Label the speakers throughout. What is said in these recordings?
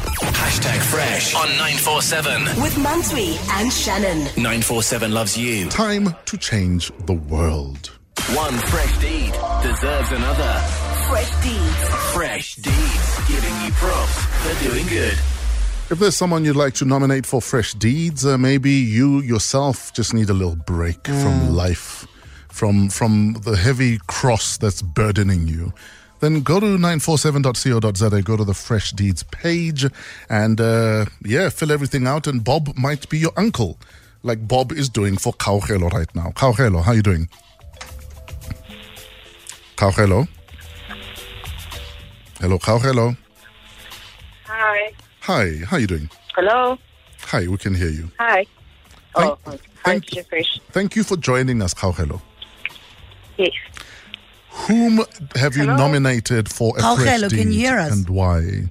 Speaker 1: Hashtag Fresh on 947.
Speaker 2: With Mansui and Shannon.
Speaker 1: 947 loves you.
Speaker 3: Time to change the world.
Speaker 1: One fresh deed deserves another.
Speaker 2: Fresh deeds.
Speaker 1: Fresh deeds giving you props for doing good.
Speaker 3: If there's someone you'd like to nominate for fresh deeds, uh, maybe you yourself just need a little break from life, from from the heavy cross that's burdening you. Then go to 947.co.za, go to the Fresh Deeds page, and uh, yeah, fill everything out. And Bob might be your uncle, like Bob is doing for Kauhelo right now. Kauhelo, how you doing? Kauhelo? Hello, Kauhelo.
Speaker 4: Hi.
Speaker 3: Hi, how you doing?
Speaker 4: Hello.
Speaker 3: Hi, we can hear you.
Speaker 4: Hi. Oh,
Speaker 3: Thank-
Speaker 4: hi,
Speaker 3: thank-
Speaker 4: Jeffresh.
Speaker 3: Thank you for joining us, Kauhelo.
Speaker 4: Yes.
Speaker 3: Whom have you nominated for a fresh
Speaker 5: Kauhelo, can you
Speaker 3: deed
Speaker 5: hear us?
Speaker 3: And why?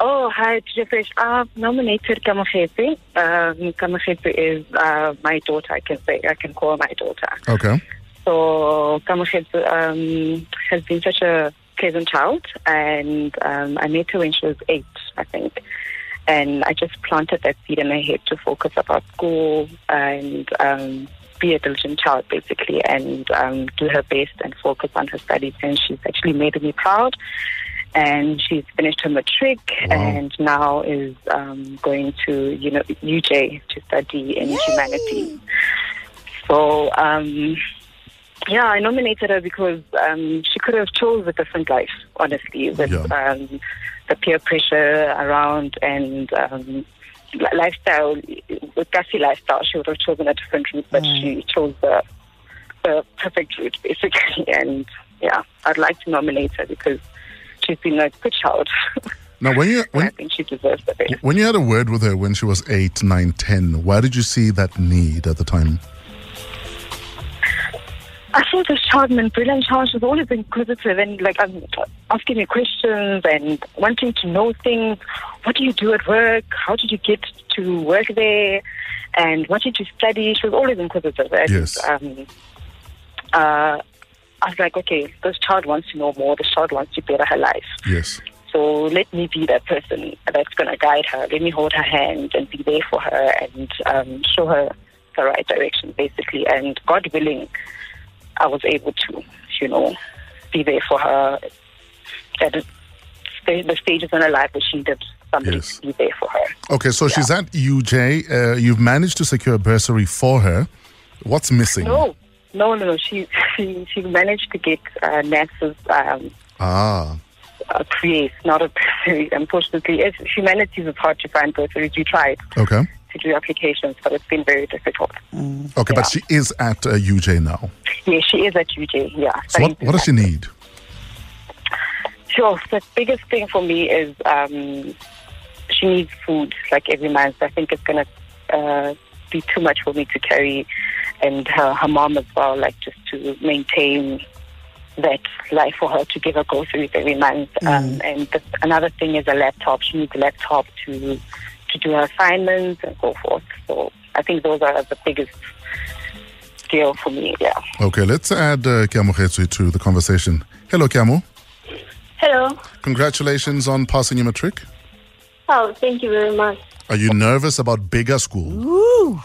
Speaker 4: Oh, hi, Jeffresh. I've nominated Kamukhezi. Um, Kamukhezi is uh, my daughter, I can say. I can call my daughter.
Speaker 3: Okay.
Speaker 4: So Kamukhezi um, has been such a pleasant child, and um, I met her when she was eight, I think. And I just planted that seed in her head to focus about school and um, be a diligent child, basically, and um, do her best and focus on her studies. And she's actually made me proud. And she's finished her matric
Speaker 3: Wow.
Speaker 4: and now is um, going to, you know, UJ to study in humanities. So, um, yeah, I nominated her because um, she could have chose a different life, honestly, with
Speaker 3: Yeah.
Speaker 4: um, the peer pressure around and um, li- lifestyle. With Gussie lifestyle, she would have chosen a different route, but
Speaker 3: Mm.
Speaker 4: she chose the, the perfect route, basically. And yeah, I'd like to nominate her because she's been a good child.
Speaker 3: Now, when you
Speaker 4: I
Speaker 3: when,
Speaker 4: think she deserves the best.
Speaker 3: when you had a word with her when she was eight, nine, ten, why did you see that need at the time?
Speaker 4: I thought this child been brilliant child. She's always been inquisitive and like um, asking me questions and wanting to know things. What do you do at work? How did you get to work there? And what did you study? She was always inquisitive. And,
Speaker 3: Yes.
Speaker 4: Um, uh, I was like, okay, this child wants to know more. This child wants to better her life.
Speaker 3: Yes.
Speaker 4: So let me be that person that's going to guide her. Let me hold her hand and be there for her and um, show her the right direction, basically. And God willing, I was able to, you know, be there for her at the sta- the stages in her life that she needed somebody
Speaker 3: Yes.
Speaker 4: to be there for her.
Speaker 3: Okay, so she's at UJ. Uh, you've managed to secure a bursary for her. What's missing?
Speaker 4: No, no, no, no. She she, she managed to get uh, NASA's um,
Speaker 3: Ah,
Speaker 4: a create, not a bursary. Unfortunately, it's, humanities is hard to find bursaries. We tried
Speaker 3: okay.
Speaker 4: to do applications, but it's been very difficult.
Speaker 3: Okay, but she
Speaker 4: Yeah.
Speaker 3: is at uh, UJ now.
Speaker 4: Yeah, she is at UJ. Yeah.
Speaker 3: So what, what does she need?
Speaker 4: Sure. The biggest thing for me is um, she needs food like every month. I think it's gonna uh, be too much for me to carry, and her her mom as well. Like just to maintain that life for her to give her groceries every month. Um, and the, another thing is a laptop. She needs a laptop to to do her assignments and so forth. So I think those are the biggest deal for me. Yeah.
Speaker 3: Okay, let's add uh, Kiamo Khetsi to the conversation. Hello, Kiamo.
Speaker 6: Hello.
Speaker 3: Congratulations on passing your matric.
Speaker 6: Oh, thank you very much.
Speaker 3: Are you nervous about bigger school?
Speaker 5: Woo!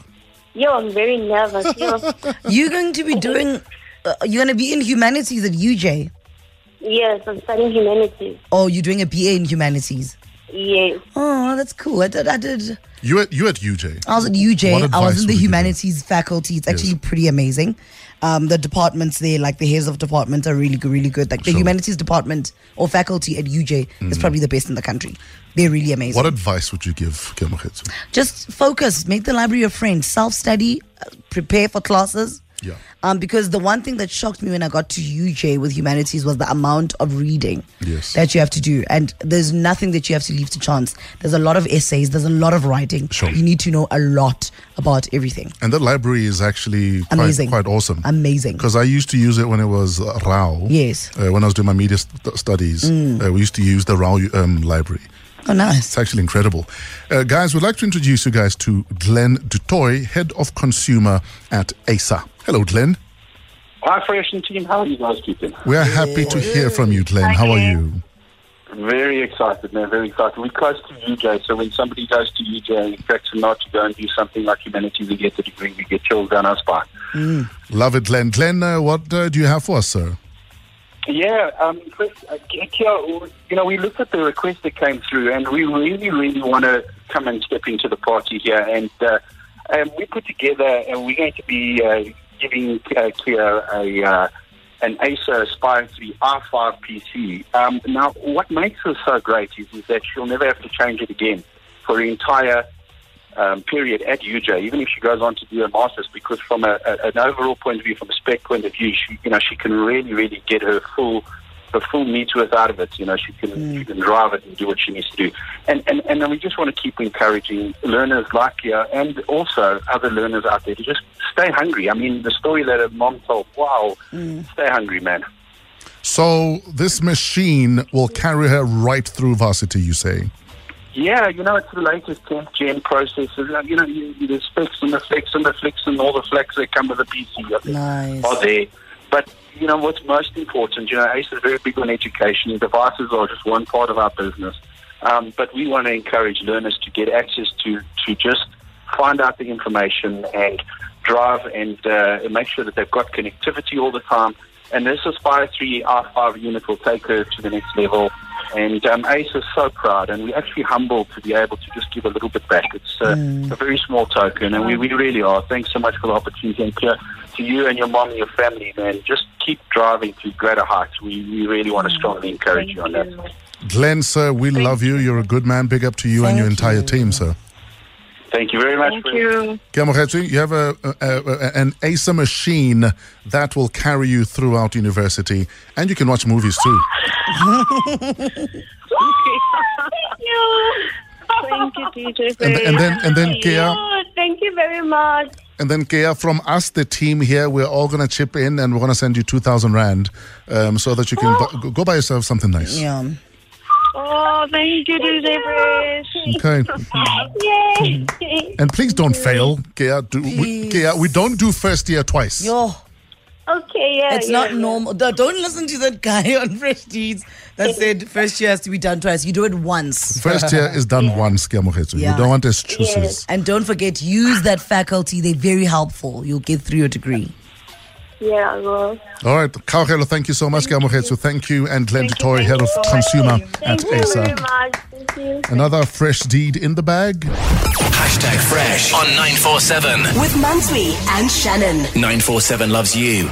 Speaker 6: Yo, I'm very nervous. Yo,
Speaker 5: You're going to be doing, uh, you're going to be in humanities at UJ.
Speaker 6: yes, I'm studying humanities.
Speaker 5: Oh, you're doing a BA in humanities.
Speaker 6: Yes.
Speaker 5: Oh, that's cool. I did, I did.
Speaker 3: You at you at UJ.
Speaker 5: I was at
Speaker 3: What
Speaker 5: UJ. I
Speaker 3: advice
Speaker 5: was in
Speaker 3: would you give
Speaker 5: the
Speaker 3: her?
Speaker 5: humanities faculty. It's actually pretty amazing. Um, the departments there, like the heads of departments, are really good, really good. Like the
Speaker 3: Sure. Mm.
Speaker 5: humanities department or faculty at UJ is probably the best in the country. They're really amazing.
Speaker 3: What advice would you give Kiamokhetsu?
Speaker 5: Just focus. Make the library your friend. Self study. Prepare for classes.
Speaker 3: Yeah.
Speaker 5: Um, because the one thing that shocked me when I got to UJ with humanities was the amount of reading
Speaker 3: Yes.
Speaker 5: that you have to do. And there's nothing that you have to leave to chance. There's a lot of essays, there's a lot of writing.
Speaker 3: Sure.
Speaker 5: You need to know a lot about everything.
Speaker 3: And that library is actually quite,
Speaker 5: Amazing.
Speaker 3: quite awesome.
Speaker 5: Amazing.
Speaker 3: Because I used to use it when it was uh, RAO.
Speaker 5: Yes. Mm.
Speaker 3: Uh, when I was doing my media st- studies, uh, we used to use the RAO um, library.
Speaker 5: Oh, nice.
Speaker 3: It's actually incredible. Uh, guys, we'd like to introduce you guys to Glenn Dutoy, Head of Consumer at ASA. Hello, Glenn.
Speaker 7: Hi, Fresh and team. How are you guys keeping?
Speaker 3: We're happy to hear from you, Glenn. How are you?
Speaker 7: Very excited, man. Very excited. We're close to UJ, so when somebody goes to UJ and cracks a nut to go and do something like humanity, we get the degree, we get chills down our spine.
Speaker 3: Love it, Glenn. Glenn, uh, what uh, do you have for us, sir?
Speaker 7: Yeah, um, Chris, uh, K- Kia, you know, we looked at the request that came through, and we really, really want to come and step into the party here. And uh, um, we put together, and we're going to be uh, giving uh, Kia a uh, an Acer Aspire 3 R5 PC. Um, now, what makes this so great is, is that she'll never have to change it again for the entire um, period at UJ, even if she goes on to do a master's, because from a, a, an overall point of view, from a spec point of view, she, you know, she can really, really get her full, her full meat worth out of it. You know, she can, she can drive it and do what she needs to do. And, and, and then we just want to keep encouraging learners like her and also other learners out there to just stay hungry. I mean, the story that her mom told, wow, stay hungry, man.
Speaker 3: So this machine will carry her right through varsity, you say?
Speaker 7: Yeah, you know, it's the latest 10th gen processors. Like, You know, you, you- there's flicks and the flicks and the flicks and all the flicks that come with the PC are,
Speaker 5: Nice.
Speaker 7: are there. But, you know, what's most important, you know, ACE is very big on education. Devices are just one part of our business. Um, but we want to encourage learners to get access to, to just find out the information and drive and, uh, and make sure that they've got connectivity all the time. And this Aspire 3 R5 unit will take her to the next level. And um, ACE is so proud, and we're actually humbled to be able to just give a little bit back. It's uh, a very small token, and we, we really are. Thanks so much for the opportunity. And to, to you and your mom and your family, man, just keep driving to greater heights. We, we really want to strongly encourage Mm. you on that.
Speaker 3: Glenn, sir, we love you. You're a good man. Big up to you and
Speaker 5: Thank
Speaker 3: your entire
Speaker 5: you.
Speaker 3: team, sir.
Speaker 7: Thank you very much.
Speaker 6: Thank
Speaker 7: for-
Speaker 6: you.
Speaker 3: Kamogetsu, you have a, a, a- an Acer machine that will carry you throughout university, and you can watch movies too.
Speaker 6: Thank you. Thank you, DJ.
Speaker 3: And, and then, and then, Kia,
Speaker 6: Thank you very much.
Speaker 3: and then, Kia, from us, the team here, we're all gonna chip in, and we're gonna send you two thousand rand, um, so that you can bu- go buy yourself something nice.
Speaker 5: Yeah.
Speaker 6: Oh, thank you, DJ Fresh.
Speaker 3: Okay,
Speaker 6: Yay.
Speaker 3: and please don't fail, Kia. Do, we,
Speaker 5: Please.
Speaker 3: Kia, we don't do first year twice.
Speaker 5: Yo,
Speaker 6: Okay, yeah.
Speaker 5: it's
Speaker 6: yeah,
Speaker 5: not
Speaker 6: yeah.
Speaker 5: normal. Th- Don't listen to that guy on Fresh Deeds that said first year has to be done twice. You do it once.
Speaker 3: First year is done once, Kamogetsu. You
Speaker 5: Yeah.
Speaker 3: don't want excuses.
Speaker 5: And don't forget, use that faculty. They're very helpful. You'll get through your degree.
Speaker 6: Yeah, well.
Speaker 3: All right, Kaogelo, thank you so much, Kamogetsu. Thank you, and Glenn Toy, head of consumer at
Speaker 6: Thank you very
Speaker 3: Acer.
Speaker 6: much. Thank you.
Speaker 3: Another fresh deed in the bag.
Speaker 1: Hashtag fresh on 947.
Speaker 2: With Mansui and Shannon.
Speaker 1: 947 loves you.